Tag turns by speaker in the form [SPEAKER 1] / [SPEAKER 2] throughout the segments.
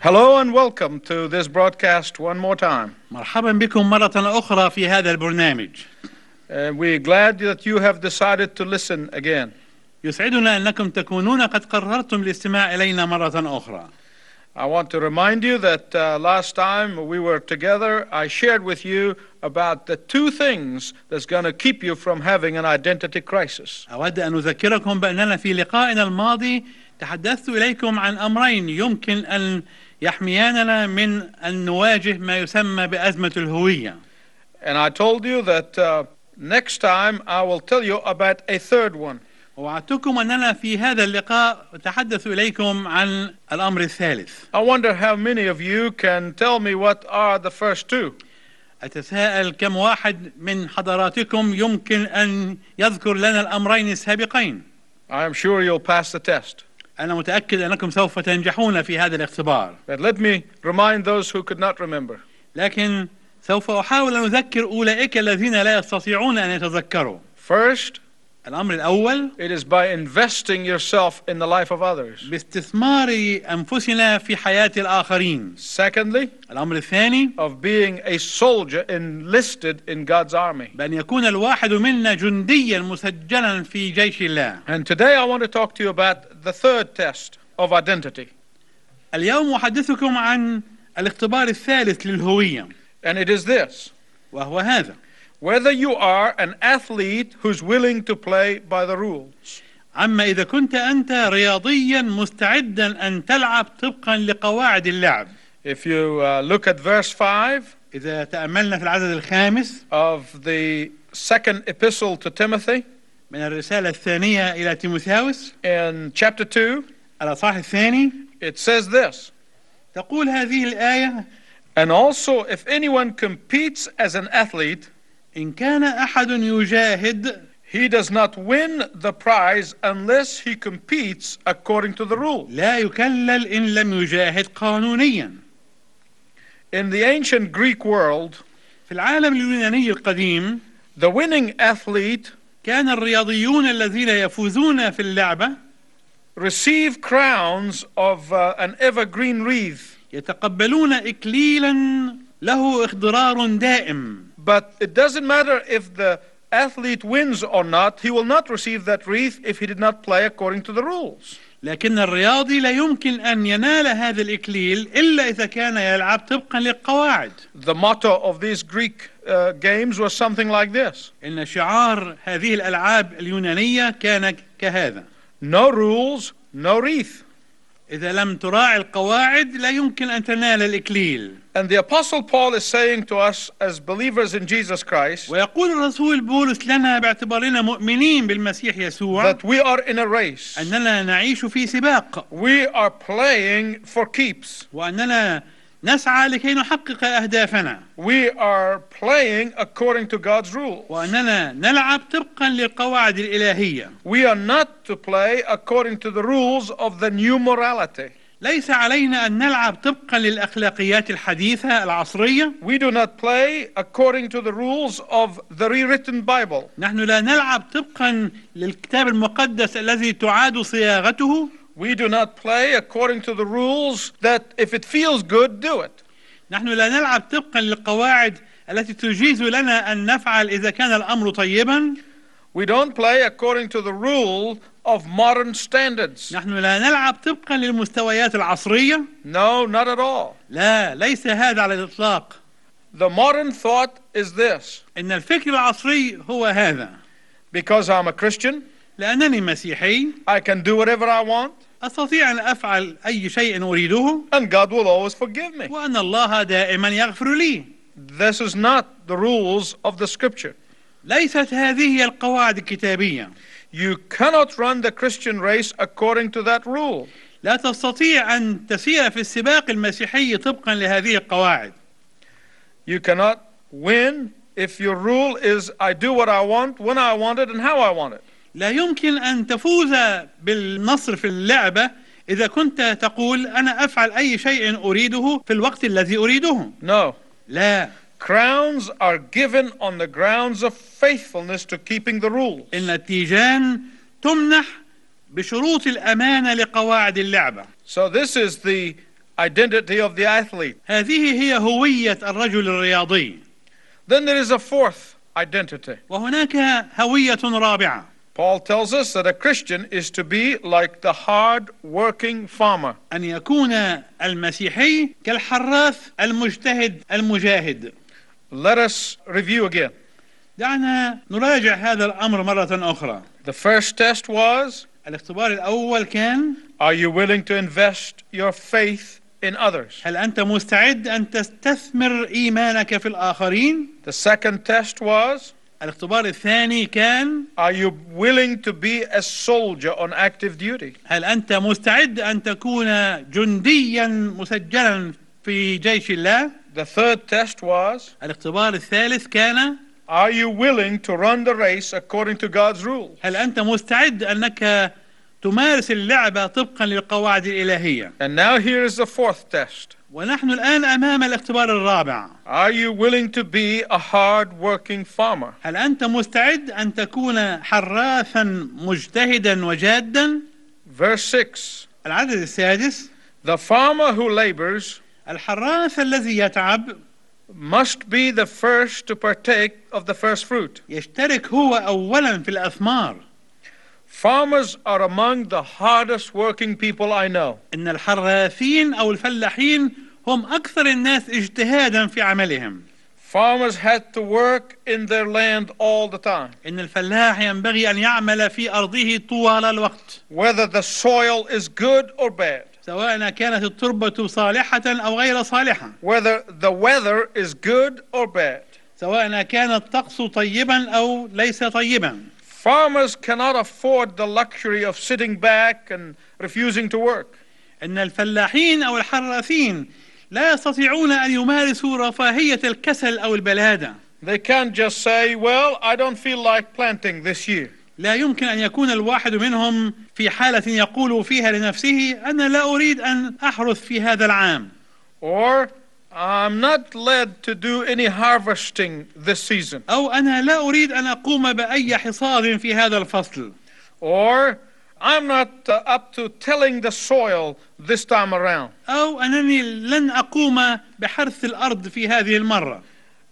[SPEAKER 1] Hello and welcome to this broadcast one more time.
[SPEAKER 2] مرحبا بكم مرة أخرى في هذا البرنامج
[SPEAKER 1] Uh, we're glad that you have decided to listen again.
[SPEAKER 2] يسعدنا أنكم تكونون قد قررتم الاستماع إلينا مرة أخرى
[SPEAKER 1] I want to remind you that uh, last time we were together, I shared with you about the two things that's going to keep you from having an identity crisis.
[SPEAKER 2] أود أن أذكركم بأننا في لقائنا الماضي تحدثت إليكم عن أمرين يمكن أن يحمياننا من أن نواجه ما يسمى بأزمة الهوية
[SPEAKER 1] And I told you that uh, next time I will tell you about a third one.
[SPEAKER 2] ووعدتكم أننا في هذا اللقاء أتحدث إليكم عن الأمر الثالث
[SPEAKER 1] I wonder how many of you can tell me what are the first two.
[SPEAKER 2] أتساءل كم واحد من حضراتكم يمكن أن يذكر لنا الأمرين السابقين
[SPEAKER 1] I am sure you'll pass the test.
[SPEAKER 2] أنا متأكد أنكم سوف تنجحون في هذا الاختبار
[SPEAKER 1] But let me remind those who could not remember.
[SPEAKER 2] لكن سوف أحاول أن أذكر أولئك الذين لا يستطيعون أن يتذكروا
[SPEAKER 1] First,
[SPEAKER 2] الأمر الأول
[SPEAKER 1] It is by investing yourself in the life of others.
[SPEAKER 2] باستثمار أنفسنا في حياة الآخرين
[SPEAKER 1] Secondly,
[SPEAKER 2] الأمر الثاني
[SPEAKER 1] of being a soldier enlisted in God's army.
[SPEAKER 2] بأن يكون الواحد منا جنديا مسجلا في جيش الله
[SPEAKER 1] And today I want to talk to you about the third test of identity.
[SPEAKER 2] اليوم أحدثكم عن الاختبار الثالث للهوية
[SPEAKER 1] And it is this
[SPEAKER 2] وهو هذا
[SPEAKER 1] whether you are an athlete who's willing to play by the rules.
[SPEAKER 2] أما إذا كنت أنت رياضيا مستعدا أن تلعب طبقا لقواعد اللعب
[SPEAKER 1] If you uh, look at verse 5
[SPEAKER 2] إذا تأملنا في العدد الخامس
[SPEAKER 1] of the second epistle to Timothy
[SPEAKER 2] من الرسالة الثانية إلى تيموثاوس
[SPEAKER 1] in chapter 2,
[SPEAKER 2] الأصحاح الثاني
[SPEAKER 1] it says this.
[SPEAKER 2] تقول هذه الآية
[SPEAKER 1] And also, if anyone competes as an athlete,
[SPEAKER 2] إن كان أحد يجاهد
[SPEAKER 1] He does not win the prize unless he competes according to the rule.
[SPEAKER 2] لا يكلل إن لم يجاهد قانونيا
[SPEAKER 1] In the ancient Greek world,
[SPEAKER 2] في العالم اليوناني القديم
[SPEAKER 1] the winning athlete
[SPEAKER 2] كان الرياضيون الذين يفوزون في اللعبة
[SPEAKER 1] received crowns of uh, an evergreen wreath,
[SPEAKER 2] يتقبلون إكليلا له إخضرار دائم
[SPEAKER 1] but it doesn't matter if the athlete wins or not, he will not receive that wreath if he did not play according to the rules.
[SPEAKER 2] لكن الرياضي لا يمكن أن ينال هذا الإكليل إلا إذا كان يلعب طبقا للقواعد
[SPEAKER 1] The motto of these Greek uh, games was something like this
[SPEAKER 2] إن شعار هذه الألعاب اليونانية كان كهذا
[SPEAKER 1] No rules, no wreath.
[SPEAKER 2] إذا لم تراعي القواعد لا يمكن أن تنال الإكليل
[SPEAKER 1] And the Apostle Paul is saying to us as believers in Jesus Christ,
[SPEAKER 2] ويقول الرسول بولس لنا باعتبارنا مؤمنين بالمسيح يسوع
[SPEAKER 1] that we are in a race.
[SPEAKER 2] أننا نعيش في سباق
[SPEAKER 1] We are playing for keeps.
[SPEAKER 2] وأننا نسعى لكي نحقق أهدافنا
[SPEAKER 1] We are playing according to God's rule.
[SPEAKER 2] وأننا نلعب طبقا للقواعد الإلهية
[SPEAKER 1] We are not to play according to the rules of the new morality.
[SPEAKER 2] ليس علينا أن نلعب طبقا للأخلاقيات الحديثة العصرية
[SPEAKER 1] We do not play according to the rules of the rewritten Bible.
[SPEAKER 2] نحن لا نلعب طبقا للكتاب المقدس الذي تعاد صياغته
[SPEAKER 1] We do not play according to the rules that if it feels good, do it.
[SPEAKER 2] نحن لا نلعب طبقا للقواعد التي تجيز لنا أن نفعل إذا كان الأمر طيبا
[SPEAKER 1] We don't play according to the rule of modern standards.
[SPEAKER 2] نحن لا نلعب طبقا للمستويات العصرية
[SPEAKER 1] No, not at all.
[SPEAKER 2] لا ليس هذا على الإطلاق
[SPEAKER 1] The modern thought is this
[SPEAKER 2] إن الفكر العصري هو هذا
[SPEAKER 1] because I'm a Christian,
[SPEAKER 2] لأنني مسيحي
[SPEAKER 1] I can do whatever I want.
[SPEAKER 2] أستطيع أن أفعل أي شيء أريده
[SPEAKER 1] and God will always forgive me.
[SPEAKER 2] وأن الله دائما يغفر لي
[SPEAKER 1] This is not the rules of the scripture.
[SPEAKER 2] ليست هذه هي القواعد الكتابية
[SPEAKER 1] You cannot run the Christian race according to that rule.
[SPEAKER 2] لا تستطيع أن تسير في السباق المسيحي طبقا لهذه القواعد
[SPEAKER 1] You cannot win if your rule is I do what I want, when I want it, and how I want it.
[SPEAKER 2] لا يمكن أن تفوز بالنصر في اللعبة إذا كنت تقول أنا أفعل أي شيء أريده في الوقت الذي أريده
[SPEAKER 1] No.
[SPEAKER 2] لا
[SPEAKER 1] Crowns are given on the grounds of faithfulness to keeping the rules.
[SPEAKER 2] إن التيجان تمنح بشروط الأمانة لقواعد اللعبة
[SPEAKER 1] So, this is the identity of the athlete.
[SPEAKER 2] هذه هي هوية الرجل الرياضي
[SPEAKER 1] Then there is a fourth identity.
[SPEAKER 2] وهناك هوية رابعة
[SPEAKER 1] Paul tells us that a Christian is to be like the hard working farmer.
[SPEAKER 2] أن يكون المسيحي كالحراث المجتهد المجاهد
[SPEAKER 1] Let us review again.
[SPEAKER 2] دعنا نراجع هذا الأمر مرة أخرى
[SPEAKER 1] The first test was
[SPEAKER 2] الاختبار الأول كان
[SPEAKER 1] Are you willing to invest your faith in others?
[SPEAKER 2] هل أنت مستعد أن تستثمر إيمانك في الآخرين؟
[SPEAKER 1] The second test was
[SPEAKER 2] الاختبار الثاني كان
[SPEAKER 1] Are you willing to be a soldier on active duty?
[SPEAKER 2] هل أنت مستعد أن تكون جنديا مسجلا في جيش الله؟
[SPEAKER 1] The third test was
[SPEAKER 2] الاختبار الثالث كان
[SPEAKER 1] Are you willing to run the race according to God's rule?
[SPEAKER 2] هل أنت مستعد أنك تمارس اللعبة طبقا للقواعد الإلهية؟
[SPEAKER 1] And now here is the fourth test.
[SPEAKER 2] ونحن الآن أمام الاختبار الرابع
[SPEAKER 1] Are you willing to be a hard working farmer?
[SPEAKER 2] هل أنت مستعد أن تكون حراثا مجتهدا وجادا؟
[SPEAKER 1] Verse 6
[SPEAKER 2] العدد السادس
[SPEAKER 1] The farmer who labors
[SPEAKER 2] الحراث الذي يتعب
[SPEAKER 1] must be the first to partake of the first fruit.
[SPEAKER 2] يشترك هو أولا في الأثمار
[SPEAKER 1] Farmers are among the hardest working people I know.
[SPEAKER 2] إن الحراثين أو الفلاحين هم أكثر الناس اجتهادا في عملهم
[SPEAKER 1] Farmers had to work in their land all the time.
[SPEAKER 2] إن الفلاح ينبغي أن يعمل في أرضه طوال الوقت
[SPEAKER 1] whether the soil is good or bad,
[SPEAKER 2] سواء كانت التربة صالحة أو غير صالحة
[SPEAKER 1] whether the weather is good or bad.
[SPEAKER 2] سواء كان الطقس طيبا أو ليس طيبا
[SPEAKER 1] Farmers cannot afford the luxury of sitting back and refusing to work.
[SPEAKER 2] إن الفلاحين أو الحراثين لا يستطيعون أن يمارسوا رفاهية الكسل أو البلادة
[SPEAKER 1] They can't just say, Well, I don't feel like planting this year.
[SPEAKER 2] لا يمكن أن يكون الواحد منهم في حالة يقول فيها لنفسه أنا لا أريد أن أحرث في هذا العام
[SPEAKER 1] Or, I'm not led to do any harvesting this season.
[SPEAKER 2] أو أنا لا أريد أن أقوم بأي حصاد في هذا الفصل
[SPEAKER 1] Or, I'm not uh, up to tilling the soil this time around.
[SPEAKER 2] أو أنني لن أقوم بحرث الأرض في هذه المرة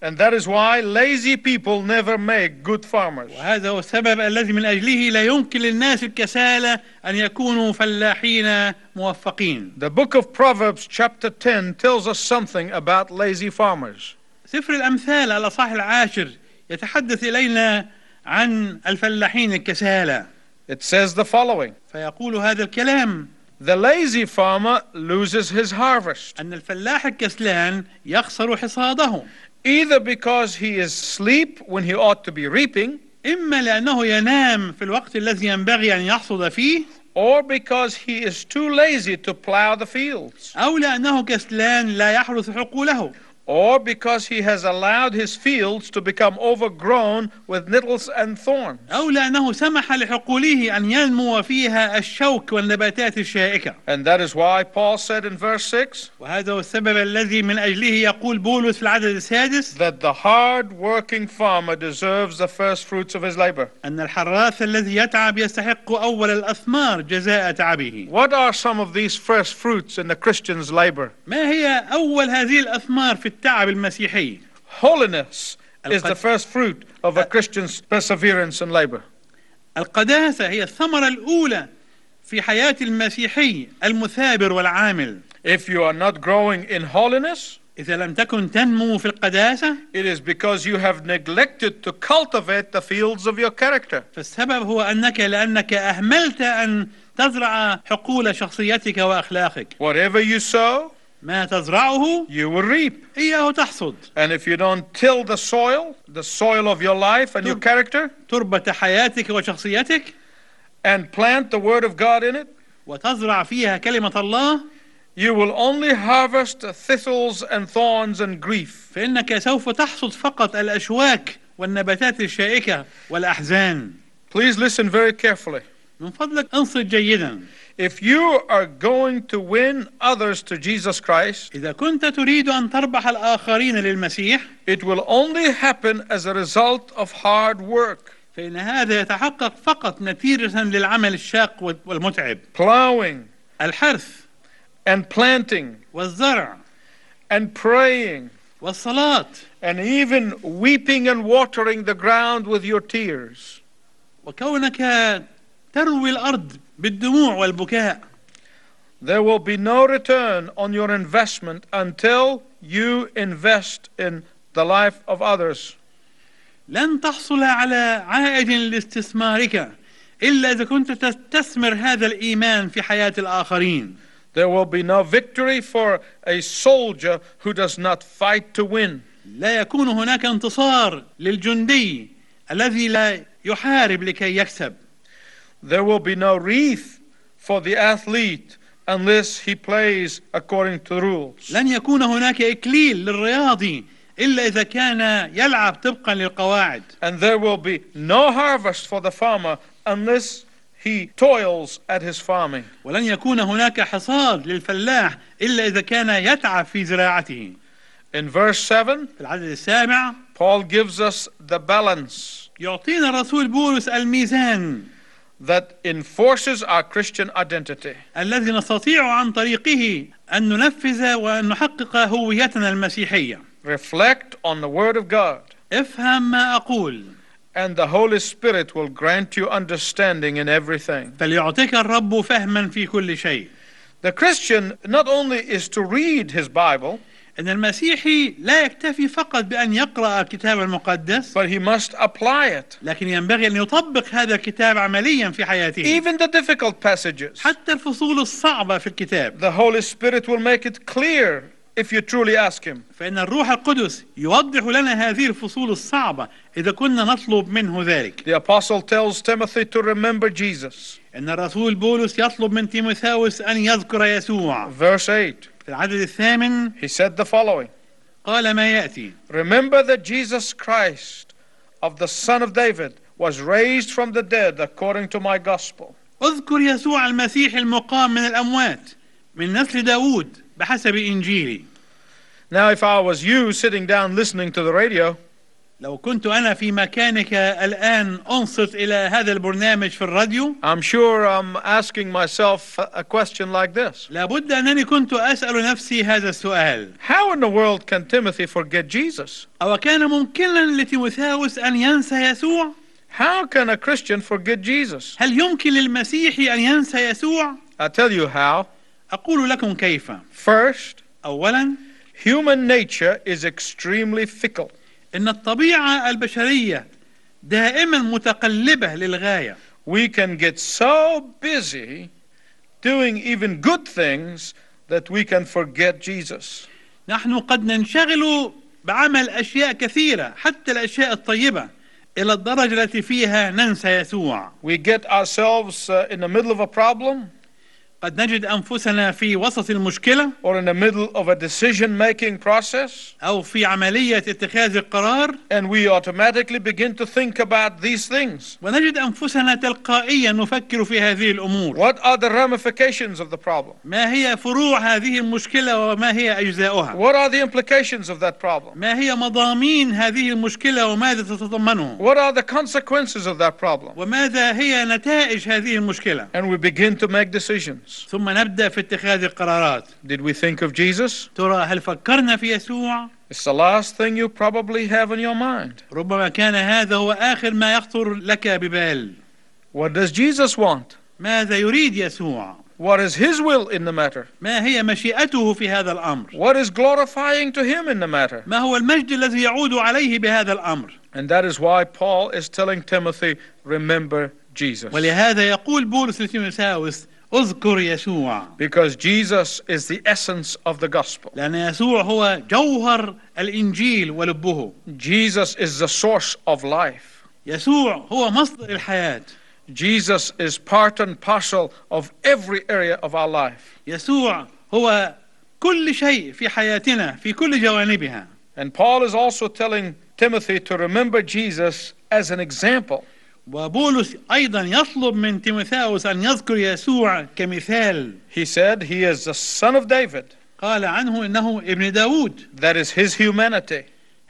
[SPEAKER 1] And that is why lazy people never make good farmers.
[SPEAKER 2] وهذا هو السبب الذي من أجله لا يمكن للناس الكسالى أن يكونوا فلاحين موفقين
[SPEAKER 1] The book of Proverbs, chapter 10, tells us something about lazy farmers.
[SPEAKER 2] سفر الأمثال الأصحاح العاشر يتحدث إلينا عن الفلاحين الكسالى
[SPEAKER 1] It says the following
[SPEAKER 2] فيقول هذا الكلام
[SPEAKER 1] The lazy farmer loses his harvest,
[SPEAKER 2] أن الفلاح الكسلان يخسر حصاده
[SPEAKER 1] either because he is asleep when he ought to be reaping,
[SPEAKER 2] إما لأنه ينام في الوقت الذي ينبغي أن يحصد فيه
[SPEAKER 1] or because he is too lazy to plow the fields,
[SPEAKER 2] أو لأنه كسلان لا يحرث حقوله
[SPEAKER 1] or because he has allowed his fields to become overgrown with nettles and thorns.
[SPEAKER 2] أو لأنه سمح لحقوله أن ينمو فيها الشوك والنباتات الشائكة
[SPEAKER 1] And that is why Paul said in verse 6
[SPEAKER 2] وهذا هو السبب الذي من أجله يقول بولس في العدد السادس
[SPEAKER 1] that the hard working farmer deserves the first fruits of his labor.
[SPEAKER 2] أن الحراث الذي يتعب يستحق أول الأثمار جزاء تعبه
[SPEAKER 1] What are some of these first fruits in the Christian's labor?
[SPEAKER 2] ما هي أول هذه الأثمار في التعب المسيحي
[SPEAKER 1] Holiness is
[SPEAKER 2] القد-
[SPEAKER 1] the first fruit of a Christian's perseverance and labor.
[SPEAKER 2] القداسة هي الثمرة الأولى في حياة المسيحي المثابر والعامل
[SPEAKER 1] If you are not growing in holiness,
[SPEAKER 2] إذا لم تكن تنمو في القداسة
[SPEAKER 1] it is because you have neglected to cultivate the fields of your character.
[SPEAKER 2] فالسبب هو أنك لأنك أهملت أن تزرع حقول شخصيتك وأخلاقك
[SPEAKER 1] Whatever you sow,
[SPEAKER 2] ما تزرعه
[SPEAKER 1] you will reap.
[SPEAKER 2] إياه تحصد
[SPEAKER 1] And if you don't till the soil, the soil of your life and your character,
[SPEAKER 2] تربة حياتك وشخصيتك
[SPEAKER 1] and plant the Word of God in it,
[SPEAKER 2] وتزرع فيها كلمة الله
[SPEAKER 1] you will only harvest thistles and thorns and grief.
[SPEAKER 2] فإنك سوف تحصد فقط الأشواك والنباتات الشائكة والأحزان
[SPEAKER 1] Please listen very carefully.
[SPEAKER 2] من فضلك انصت جيدا
[SPEAKER 1] If you are going to win others to Jesus Christ,
[SPEAKER 2] إذا كنت تريد أن تربح الآخرين للمسيح
[SPEAKER 1] it will only happen as a result of hard work,
[SPEAKER 2] فإن هذا يتحقق فقط نتيجة للعمل الشاق والمتعب
[SPEAKER 1] plowing,
[SPEAKER 2] الحرث
[SPEAKER 1] and planting
[SPEAKER 2] والزرع
[SPEAKER 1] and praying
[SPEAKER 2] والصلاة
[SPEAKER 1] and even weeping and watering the ground with your tears.
[SPEAKER 2] وكونك تروي الأرض بالدموع والبكاء
[SPEAKER 1] There will be no return on your investment until you invest in the life of others.
[SPEAKER 2] لن تحصل على عائد لاستثمارك إلا إذا كنت تستثمر هذا الإيمان في حياة الآخرين
[SPEAKER 1] There will be no victory for a soldier who does not fight to win.
[SPEAKER 2] لا يكون هناك انتصار للجندي الذي لا يحارب لكي يكسب
[SPEAKER 1] There will be no wreath for the athlete unless he plays according to the rules.
[SPEAKER 2] لن يكون هناك إكليل للرياضي إلا إذا كان يلعب طبقا للقواعد
[SPEAKER 1] And there will be no harvest for the farmer unless he toils at his farming.
[SPEAKER 2] ولن يكون هناك حصاد للفلاح إلا إذا كان يتعب في زراعته
[SPEAKER 1] In verse 7,
[SPEAKER 2] في العدد السابع
[SPEAKER 1] Paul gives us the balance
[SPEAKER 2] يعطينا الرسول بولس الميزان
[SPEAKER 1] that enforces our Christian identity.
[SPEAKER 2] الذي نستطيع عن طريقه أن ننفذ وأن نحقق هويتنا المسيحية
[SPEAKER 1] Reflect on the Word of God,
[SPEAKER 2] افهم ما أقول
[SPEAKER 1] and the Holy Spirit will grant you understanding in everything.
[SPEAKER 2] فليعطيك الرب فهما في كل شيء
[SPEAKER 1] The Christian not only is to read his Bible,
[SPEAKER 2] إن المسيحي لا يكتفي فقط بأن يقرأ الكتاب المقدس
[SPEAKER 1] but he must apply it,
[SPEAKER 2] لكن ينبغي أن يطبق هذا الكتاب عمليا في حياته
[SPEAKER 1] even the difficult passages.
[SPEAKER 2] حتى الفصول الصعبة في الكتاب
[SPEAKER 1] The Holy Spirit will make it clear if you truly ask him.
[SPEAKER 2] فإن الروح القدس يوضح لنا هذه الفصول الصعبة إذا كنا نطلب منه ذلك
[SPEAKER 1] The apostle tells Timothy to remember Jesus.
[SPEAKER 2] إن الرسول بولس يطلب من تيموثاوس أن يذكر يسوع
[SPEAKER 1] Verse 8,
[SPEAKER 2] في العدد الثامن
[SPEAKER 1] he said the following
[SPEAKER 2] قال ما يأتي
[SPEAKER 1] Remember that Jesus Christ, of the Son of David, was raised from the dead according to my gospel.
[SPEAKER 2] اذكر يسوع المسيح المقام من الأموات من نسل داود بحسب إنجيلي
[SPEAKER 1] Now, if I was you sitting down listening to the radio,
[SPEAKER 2] لو كنت أنا في مكانك الآن أنصت إلى هذا البرنامج في الراديو
[SPEAKER 1] I'm sure I'm asking myself a a question like this
[SPEAKER 2] لابد أنني كنت أسأل نفسي هذا السؤال
[SPEAKER 1] How in the world can Timothy forget Jesus?
[SPEAKER 2] أو كان ممكنا لتيموثاوس أن ينسى يسوع؟
[SPEAKER 1] How can a Christian forget Jesus?
[SPEAKER 2] هل يمكن للمسيح أن ينسى يسوع؟
[SPEAKER 1] I tell you how.
[SPEAKER 2] أقول لكم كيف
[SPEAKER 1] First,
[SPEAKER 2] أولا
[SPEAKER 1] human nature is extremely fickle.
[SPEAKER 2] إن الطبيعة البشرية دائما متقلبة للغاية
[SPEAKER 1] We can get so busy doing even good things that we can forget Jesus.
[SPEAKER 2] نحن قد ننشغل بعمل أشياء كثيرة حتى الأشياء الطيبة إلى الدرجة التي فيها ننسى يسوع
[SPEAKER 1] We get ourselves uh, in the middle of a problem
[SPEAKER 2] قد نجد أنفسنا في وسط المشكلة
[SPEAKER 1] or in the middle of a decision making process,
[SPEAKER 2] أو في عملية اتخاذ القرار
[SPEAKER 1] and we automatically begin to think about these things.
[SPEAKER 2] ونجد أنفسنا تلقائيا نفكر في هذه الأمور
[SPEAKER 1] What are the ramifications of the problem?
[SPEAKER 2] ما هي فروع هذه المشكلة وما هي أجزاؤها
[SPEAKER 1] What are the implications of that problem?
[SPEAKER 2] ما هي مضامين هذه المشكلة وماذا تتضمنه
[SPEAKER 1] What are the consequences of that problem?
[SPEAKER 2] وماذا هي نتائج هذه المشكلة
[SPEAKER 1] And we begin to make decisions.
[SPEAKER 2] ثم نبدأ في اتخاذ القرارات
[SPEAKER 1] Did we think of Jesus?
[SPEAKER 2] ترى هل فكرنا في يسوع
[SPEAKER 1] It's the last thing you probably have in your mind.
[SPEAKER 2] ربما كان هذا هو آخر ما يخطر لك ببال
[SPEAKER 1] What does Jesus want?
[SPEAKER 2] ماذا يريد يسوع
[SPEAKER 1] What is His will in the matter?
[SPEAKER 2] ما هي مشيئته في هذا الأمر
[SPEAKER 1] What is glorifying to Him in the matter?
[SPEAKER 2] ما هو المجد الذي يعود عليه بهذا الأمر
[SPEAKER 1] And that is why Paul is telling Timothy, remember Jesus.
[SPEAKER 2] ولهذا يقول بولس لتيموثاوس اذكر يسوع
[SPEAKER 1] Because Jesus is the essence of the gospel.
[SPEAKER 2] لأن يسوع هو جوهر الإنجيل ولبه
[SPEAKER 1] Jesus is the source of life.
[SPEAKER 2] يسوع هو مصدر الحياة
[SPEAKER 1] Jesus is part and parcel of every area of our life.
[SPEAKER 2] يسوع هو كل شيء في حياتنا في كل جوانبها
[SPEAKER 1] And Paul is also telling Timothy to remember Jesus as an example.
[SPEAKER 2] وبولس أيضا يطلب من تيموثاوس أن يذكر يسوع كمثال
[SPEAKER 1] He said, He is the son of David.
[SPEAKER 2] قال عنه إنه ابن داود
[SPEAKER 1] That is his humanity.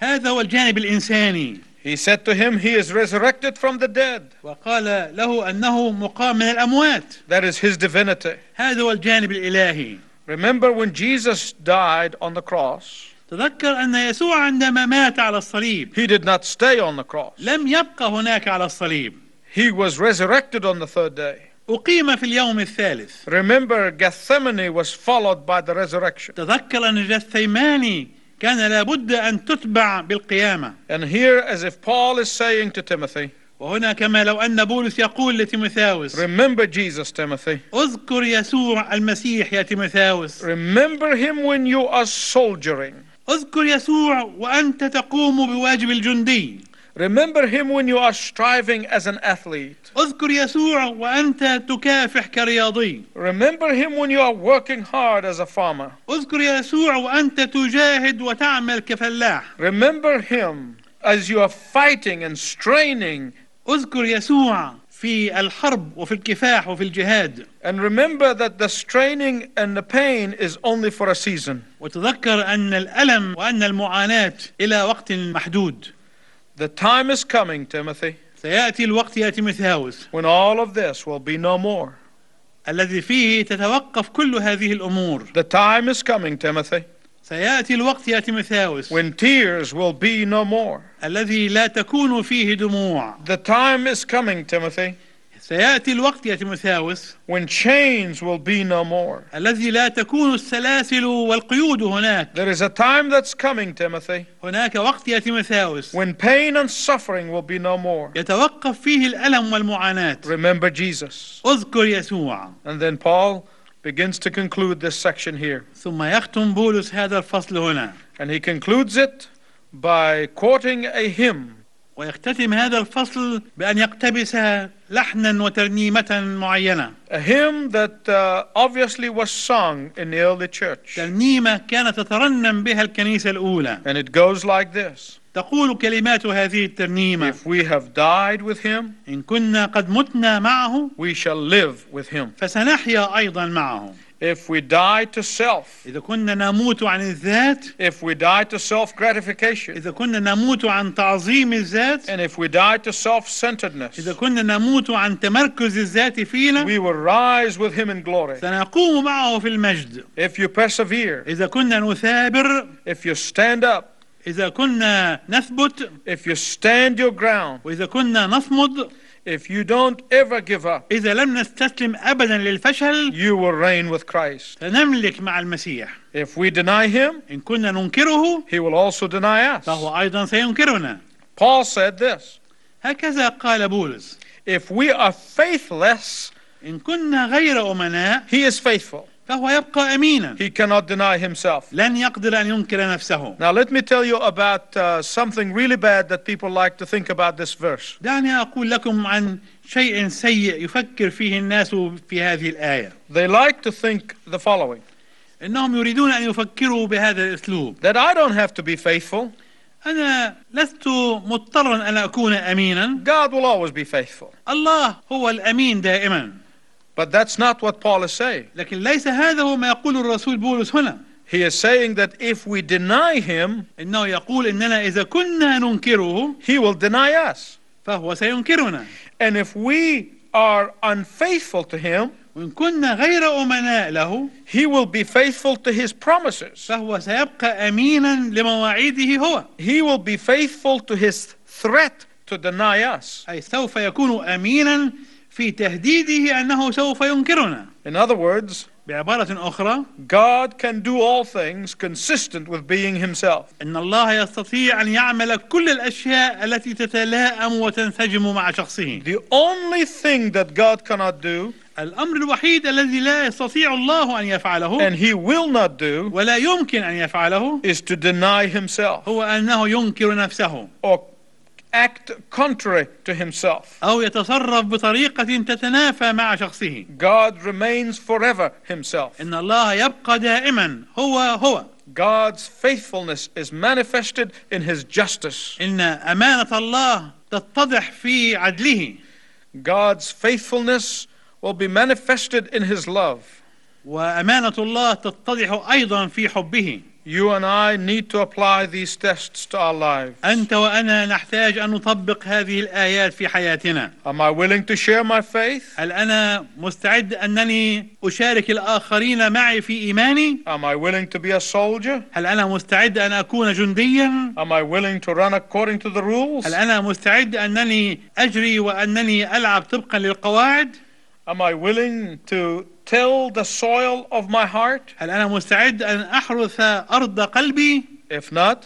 [SPEAKER 2] هذا هو الجانب الإنساني
[SPEAKER 1] He said to him, He is resurrected from the dead.
[SPEAKER 2] وقال له أنه مقام من الأموات
[SPEAKER 1] That is his divinity.
[SPEAKER 2] هذا هو الجانب الإلهي
[SPEAKER 1] Remember when Jesus died on the cross,
[SPEAKER 2] تذكر أن يسوع عندما مات على الصليب
[SPEAKER 1] he did not stay on the cross.
[SPEAKER 2] لم يبقى هناك على الصليب
[SPEAKER 1] He was resurrected on the third day.
[SPEAKER 2] أقيم في اليوم الثالث
[SPEAKER 1] Remember, Gethsemane was followed by the resurrection.
[SPEAKER 2] تذكر أن جثيماني كان لابد أن تتبع بالقيامة
[SPEAKER 1] And here, as if Paul is saying to Timothy,
[SPEAKER 2] وهنا كما لو أن بولس يقول لتيموثاوس
[SPEAKER 1] Remember Jesus, Timothy.
[SPEAKER 2] اذكر يسوع المسيح يا تيموثاوس
[SPEAKER 1] Remember him when you are soldiering.
[SPEAKER 2] اذكر يسوع وأنت تقوم بواجب الجندي
[SPEAKER 1] Remember him when you are striving as an athlete.
[SPEAKER 2] اذكر يسوع وأنت تكافح كرياضي
[SPEAKER 1] Remember him when you are working hard as a farmer.
[SPEAKER 2] اذكر يسوع وأنت تجاهد وتعمل كفلاح
[SPEAKER 1] Remember him as you are fighting and straining.
[SPEAKER 2] اذكر يسوع في الحرب وفي الكفاح وفي الجهاد
[SPEAKER 1] And remember that the straining and the pain is only for a season.
[SPEAKER 2] وتذكر أن الألم وأن المعاناة إلى وقت محدود
[SPEAKER 1] The time is coming, Timothy,
[SPEAKER 2] سيأتي الوقت يا تيموثاوس
[SPEAKER 1] when all of this will be no more.
[SPEAKER 2] الذي فيه تتوقف كل هذه الأمور
[SPEAKER 1] The time is coming, Timothy,
[SPEAKER 2] سيأتي الوقت يا تيموثاوس
[SPEAKER 1] when tears will be no more.
[SPEAKER 2] الذي لا تكون فيه دموع
[SPEAKER 1] The time is coming, Timothy,
[SPEAKER 2] سيأتي الوقت يا تيموثاوس
[SPEAKER 1] when chains will be no more.
[SPEAKER 2] الذي لا تكون السلاسل والقيود هناك
[SPEAKER 1] There is a time that's coming, Timothy,
[SPEAKER 2] هناك وقت يا تيموثاوس
[SPEAKER 1] when pain and suffering will be no more.
[SPEAKER 2] يتوقف فيه الألم والمعاناة
[SPEAKER 1] Remember Jesus.
[SPEAKER 2] اذكر يسوع
[SPEAKER 1] And then Paul begins to conclude this section here.
[SPEAKER 2] ثم يختم بولس هذا الفصل هنا
[SPEAKER 1] And he concludes it by quoting a hymn.
[SPEAKER 2] ويختتم هذا الفصل بأن يقتبس لحنا وترنيمة معينة
[SPEAKER 1] A hymn that uh, obviously was sung in the early church.
[SPEAKER 2] ترنيمة كانت تترنم بها الكنيسة الأولى
[SPEAKER 1] And it goes like this
[SPEAKER 2] تقول كلمات هذه الترنيمة
[SPEAKER 1] If we have died with him,
[SPEAKER 2] إن كنا قد متنا معه
[SPEAKER 1] we shall live with him.
[SPEAKER 2] فسنحيا أيضا معه
[SPEAKER 1] If we die to self,
[SPEAKER 2] إذا كنا نموت عن الذات
[SPEAKER 1] if we die to self gratification,
[SPEAKER 2] إذا كنا نموت عن تعظيم الذات
[SPEAKER 1] and if we die to self
[SPEAKER 2] إذا
[SPEAKER 1] centeredness,
[SPEAKER 2] كنا نموت عن تمركز الذات فينا
[SPEAKER 1] we will rise with him in glory.
[SPEAKER 2] سنقوم معه في المجد
[SPEAKER 1] If you persevere,
[SPEAKER 2] إذا كنا نثابر
[SPEAKER 1] if you stand up,
[SPEAKER 2] إذا كنا نثبت
[SPEAKER 1] if you stand your ground,
[SPEAKER 2] وإذا كنا نصمد
[SPEAKER 1] if you don't ever give up,
[SPEAKER 2] إذا لم نستسلم أبدا للفشل
[SPEAKER 1] you will reign with Christ.
[SPEAKER 2] سنملك مع المسيح
[SPEAKER 1] If we deny him,
[SPEAKER 2] إن كنا ننكره
[SPEAKER 1] he will also deny us.
[SPEAKER 2] فهو أيضا سينكرنا
[SPEAKER 1] Paul said this
[SPEAKER 2] هكذا قال بولس
[SPEAKER 1] If we are faithless,
[SPEAKER 2] إن كنا غير أمناء
[SPEAKER 1] he is faithful.
[SPEAKER 2] فهو يبقى أمينا
[SPEAKER 1] He cannot deny himself.
[SPEAKER 2] لن يقدر أن ينكر نفسه
[SPEAKER 1] Now, let me tell you about uh, something really bad that people like to think about this verse.
[SPEAKER 2] دعني أقول لكم عن شيء سيء يفكر فيه الناس في هذه الآية
[SPEAKER 1] They like to think the following
[SPEAKER 2] إنهم يريدون أن يفكروا بهذا الأسلوب
[SPEAKER 1] that I don't have to be faithful,
[SPEAKER 2] أنا لست مضطرا أن أكون أمينا
[SPEAKER 1] God will always be faithful.
[SPEAKER 2] الله هو الأمين دائما
[SPEAKER 1] But that's not what Paul is saying.
[SPEAKER 2] لكن ليس هذا هو ما يقول الرسول بولس هنا
[SPEAKER 1] He is saying that if we deny him,
[SPEAKER 2] إنه يقول إننا إذا كنا ننكره
[SPEAKER 1] he will deny us.
[SPEAKER 2] فهو سينكرنا
[SPEAKER 1] And if we are unfaithful to him,
[SPEAKER 2] وإن كنا غير أمناء له
[SPEAKER 1] he will be faithful to his promises.
[SPEAKER 2] فهو سيبقى أمينا لمواعيده هو
[SPEAKER 1] He will be faithful to his threat to deny us.
[SPEAKER 2] أي سوف يكون أمينا في تهديده أنه سوف ينكرنا
[SPEAKER 1] In other words,
[SPEAKER 2] بعبارة أخرى
[SPEAKER 1] God can do all things consistent with being himself.
[SPEAKER 2] أن الله يستطيع أن يعمل كل الأشياء التي تتلائم وتنسجم مع شخصه
[SPEAKER 1] The only thing that God cannot do
[SPEAKER 2] الأمر الوحيد الذي لا يستطيع الله أن يفعله
[SPEAKER 1] and he will not do
[SPEAKER 2] ولا يمكن أن يفعله
[SPEAKER 1] is to deny himself
[SPEAKER 2] هو أنه ينكر نفسه
[SPEAKER 1] or act contrary to himself.
[SPEAKER 2] أو يتصرف بطريقة تتنافى مع شخصه
[SPEAKER 1] God remains forever himself.
[SPEAKER 2] إن الله يبقى دائما هو هو
[SPEAKER 1] God's faithfulness is manifested in his justice.
[SPEAKER 2] إن أمانة الله تتضح في عدله
[SPEAKER 1] God's faithfulness will be manifested in his love.
[SPEAKER 2] وأمانة الله تتضح أيضا في حبه
[SPEAKER 1] You and I need to apply these tests to our lives.
[SPEAKER 2] أنت وأنا نحتاج أن نطبق هذه الآيات في حياتنا
[SPEAKER 1] Am I willing to share my faith?
[SPEAKER 2] هل أنا مستعد أنني أشارك الآخرين معي في إيماني؟
[SPEAKER 1] Am I willing to be a soldier?
[SPEAKER 2] هل أنا مستعد أن أكون جنديا؟
[SPEAKER 1] Am I willing to run according to the rules?
[SPEAKER 2] هل أنا مستعد أنني أجري وأنني ألعب طبقا للقواعد؟
[SPEAKER 1] Am I willing to till the soil of my heart?
[SPEAKER 2] هل أنا مستعد أن أحرث أرض قلبي؟
[SPEAKER 1] If not,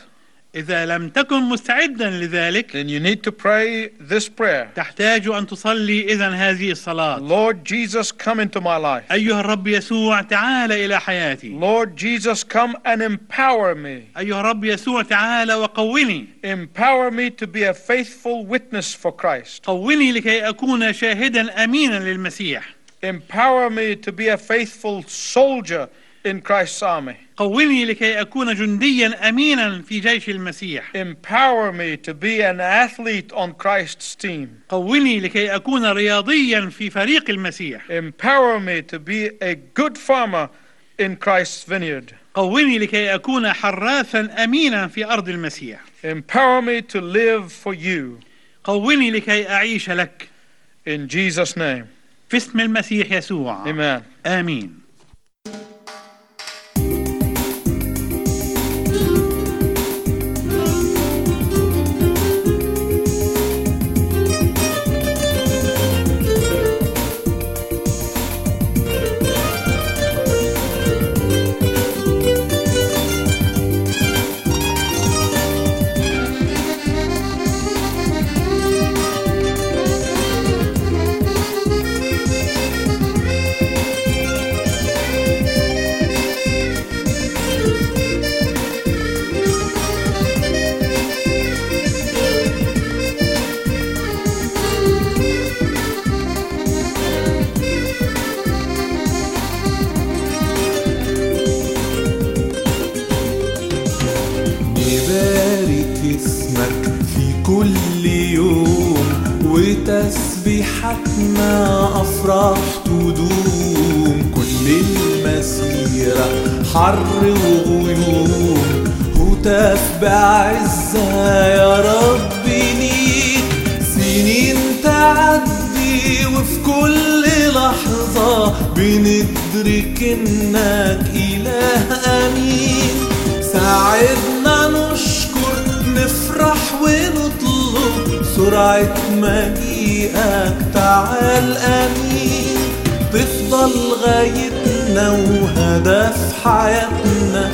[SPEAKER 2] إذا لم تكن مستعدا لذلك
[SPEAKER 1] then you need to pray this prayer
[SPEAKER 2] تحتاج أن تصلي إذا هذه الصلاة
[SPEAKER 1] Lord Jesus, come into my life.
[SPEAKER 2] أيها الرب يسوع تعال إلى حياتي
[SPEAKER 1] Lord Jesus, come and empower me.
[SPEAKER 2] أيها الرب يسوع تعال وقوني
[SPEAKER 1] Empower me to be a faithful witness for Christ.
[SPEAKER 2] قوني لكي أكون شاهدا أمينا للمسيح
[SPEAKER 1] Empower me to be a faithful soldier in Christ's army.
[SPEAKER 2] قوني لكي أكون جنديا أمينا في جيش المسيح
[SPEAKER 1] Empower me to be an athlete on Christ's team.
[SPEAKER 2] قوني لكي أكون رياضيا في فريق المسيح
[SPEAKER 1] Empower me to be a good farmer in Christ's vineyard.
[SPEAKER 2] قوني لكي أكون حراثا أمينا في أرض المسيح
[SPEAKER 1] Empower me to live for you.
[SPEAKER 2] قوني لكي أعيش لك
[SPEAKER 1] In Jesus' name.
[SPEAKER 2] في اسم المسيح يسوع
[SPEAKER 1] Amen.
[SPEAKER 2] آمين
[SPEAKER 3] نبارك اسمك في كل يوم وتسبيحاتنا أفراح تدوم كل المسيرة حر وغيوم هتاف بعزة يا رب ليك سنين تعدي وفي كل لحظة بندرك إنك إله أمين ساعدنا نشكر نفرح ونطلب سرعة مجيئك تعال أمين تفضل غايتنا وهدف حياتنا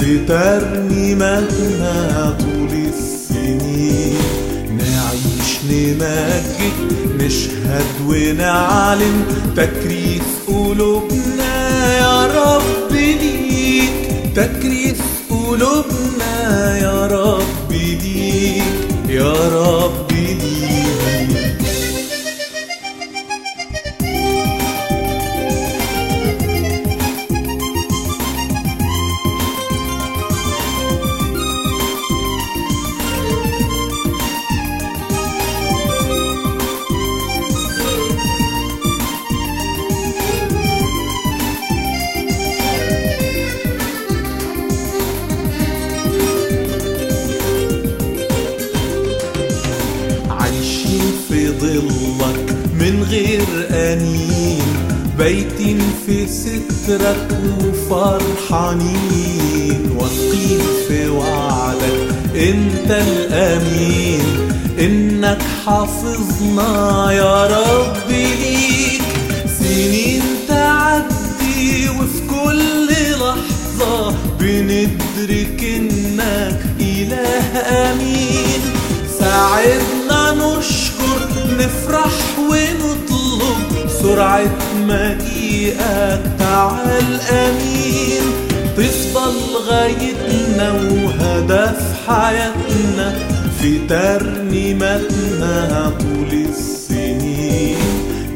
[SPEAKER 3] في ترنيمتنا طول السنين نعيش نمجد نشهد ونعلن تكريس قلوبنا يا رب ليك تكريس قلوبنا يا رب ليك يا رب ليك عايشين في ظلك من غير أنين بايتين في سترك وفرحانين واثقين في وعدك انت الأمين انك حافظنا يا رب ليك سنين تعدي وفي كل لحظة بندرك انك إله أمين ساعدنا نشكر نفرح ونطلب سرعة مجيئك تعال أمين تفضل غايتنا وهدف حياتنا في ترنيمتنا طول السنين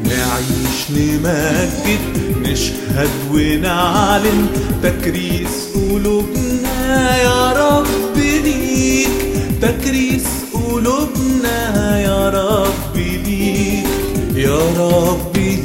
[SPEAKER 3] نعيش نمجد نشهد ونعلن تكريس قلوبنا يا رب ليك تكريس قلوبنا يا رب ليك يا رب ليك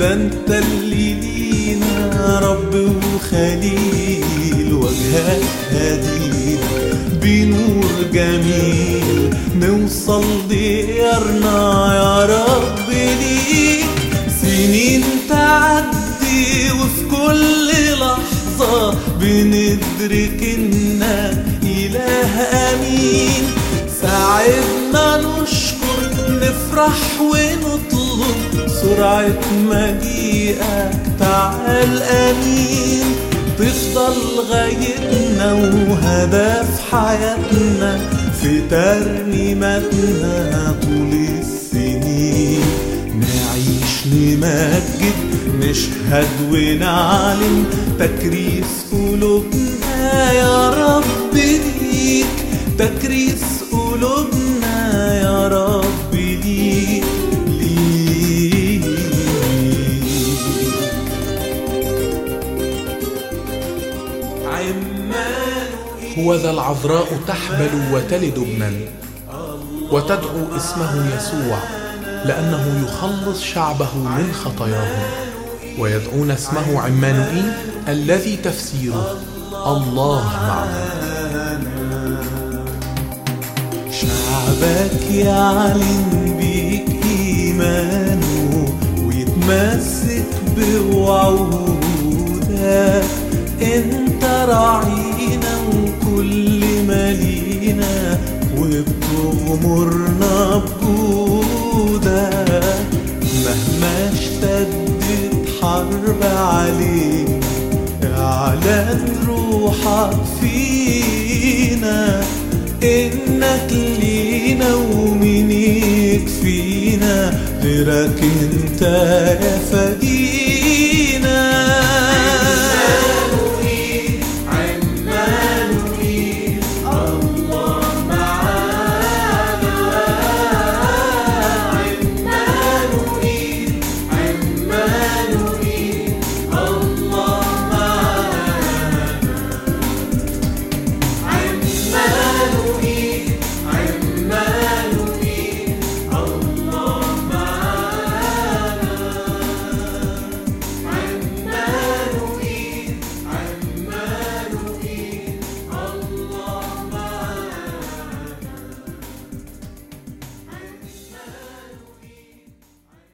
[SPEAKER 3] انت اللي لينا رب وخليل وجهك هدينا بنور جميل نوصل ديارنا يا رب ليك سنين تعدي وفي كل لحظة بندرك انك اله امين ساعدنا نشكر نفرح ونطلب سرعة مجيئك تعال أمين تفضل غايتنا وهدف حياتنا في ترنيماتنا طول السنين نعيش نمجد نشهد ونعلن تكريس قلوبنا يا رب ليك تكريس قلوبنا يا رب ليك ليك عمان
[SPEAKER 4] هوذا العذراء تحبل وتلد ابنا وتدعو اسمه يسوع لأنه يخلص شعبه من خطاياهم ويدعون اسمه عمانوئيل الذي تفسيره الله معنا
[SPEAKER 3] شعبك يعلن بيك إيمانه ويتمسك بوعودك انت راعينا وكل ما لينا وبتغمرنا بجودك مهما اشتدت حرب علينا اعلن روحك فينا انك لينا ومن يكفينا غيرك انت يا فقير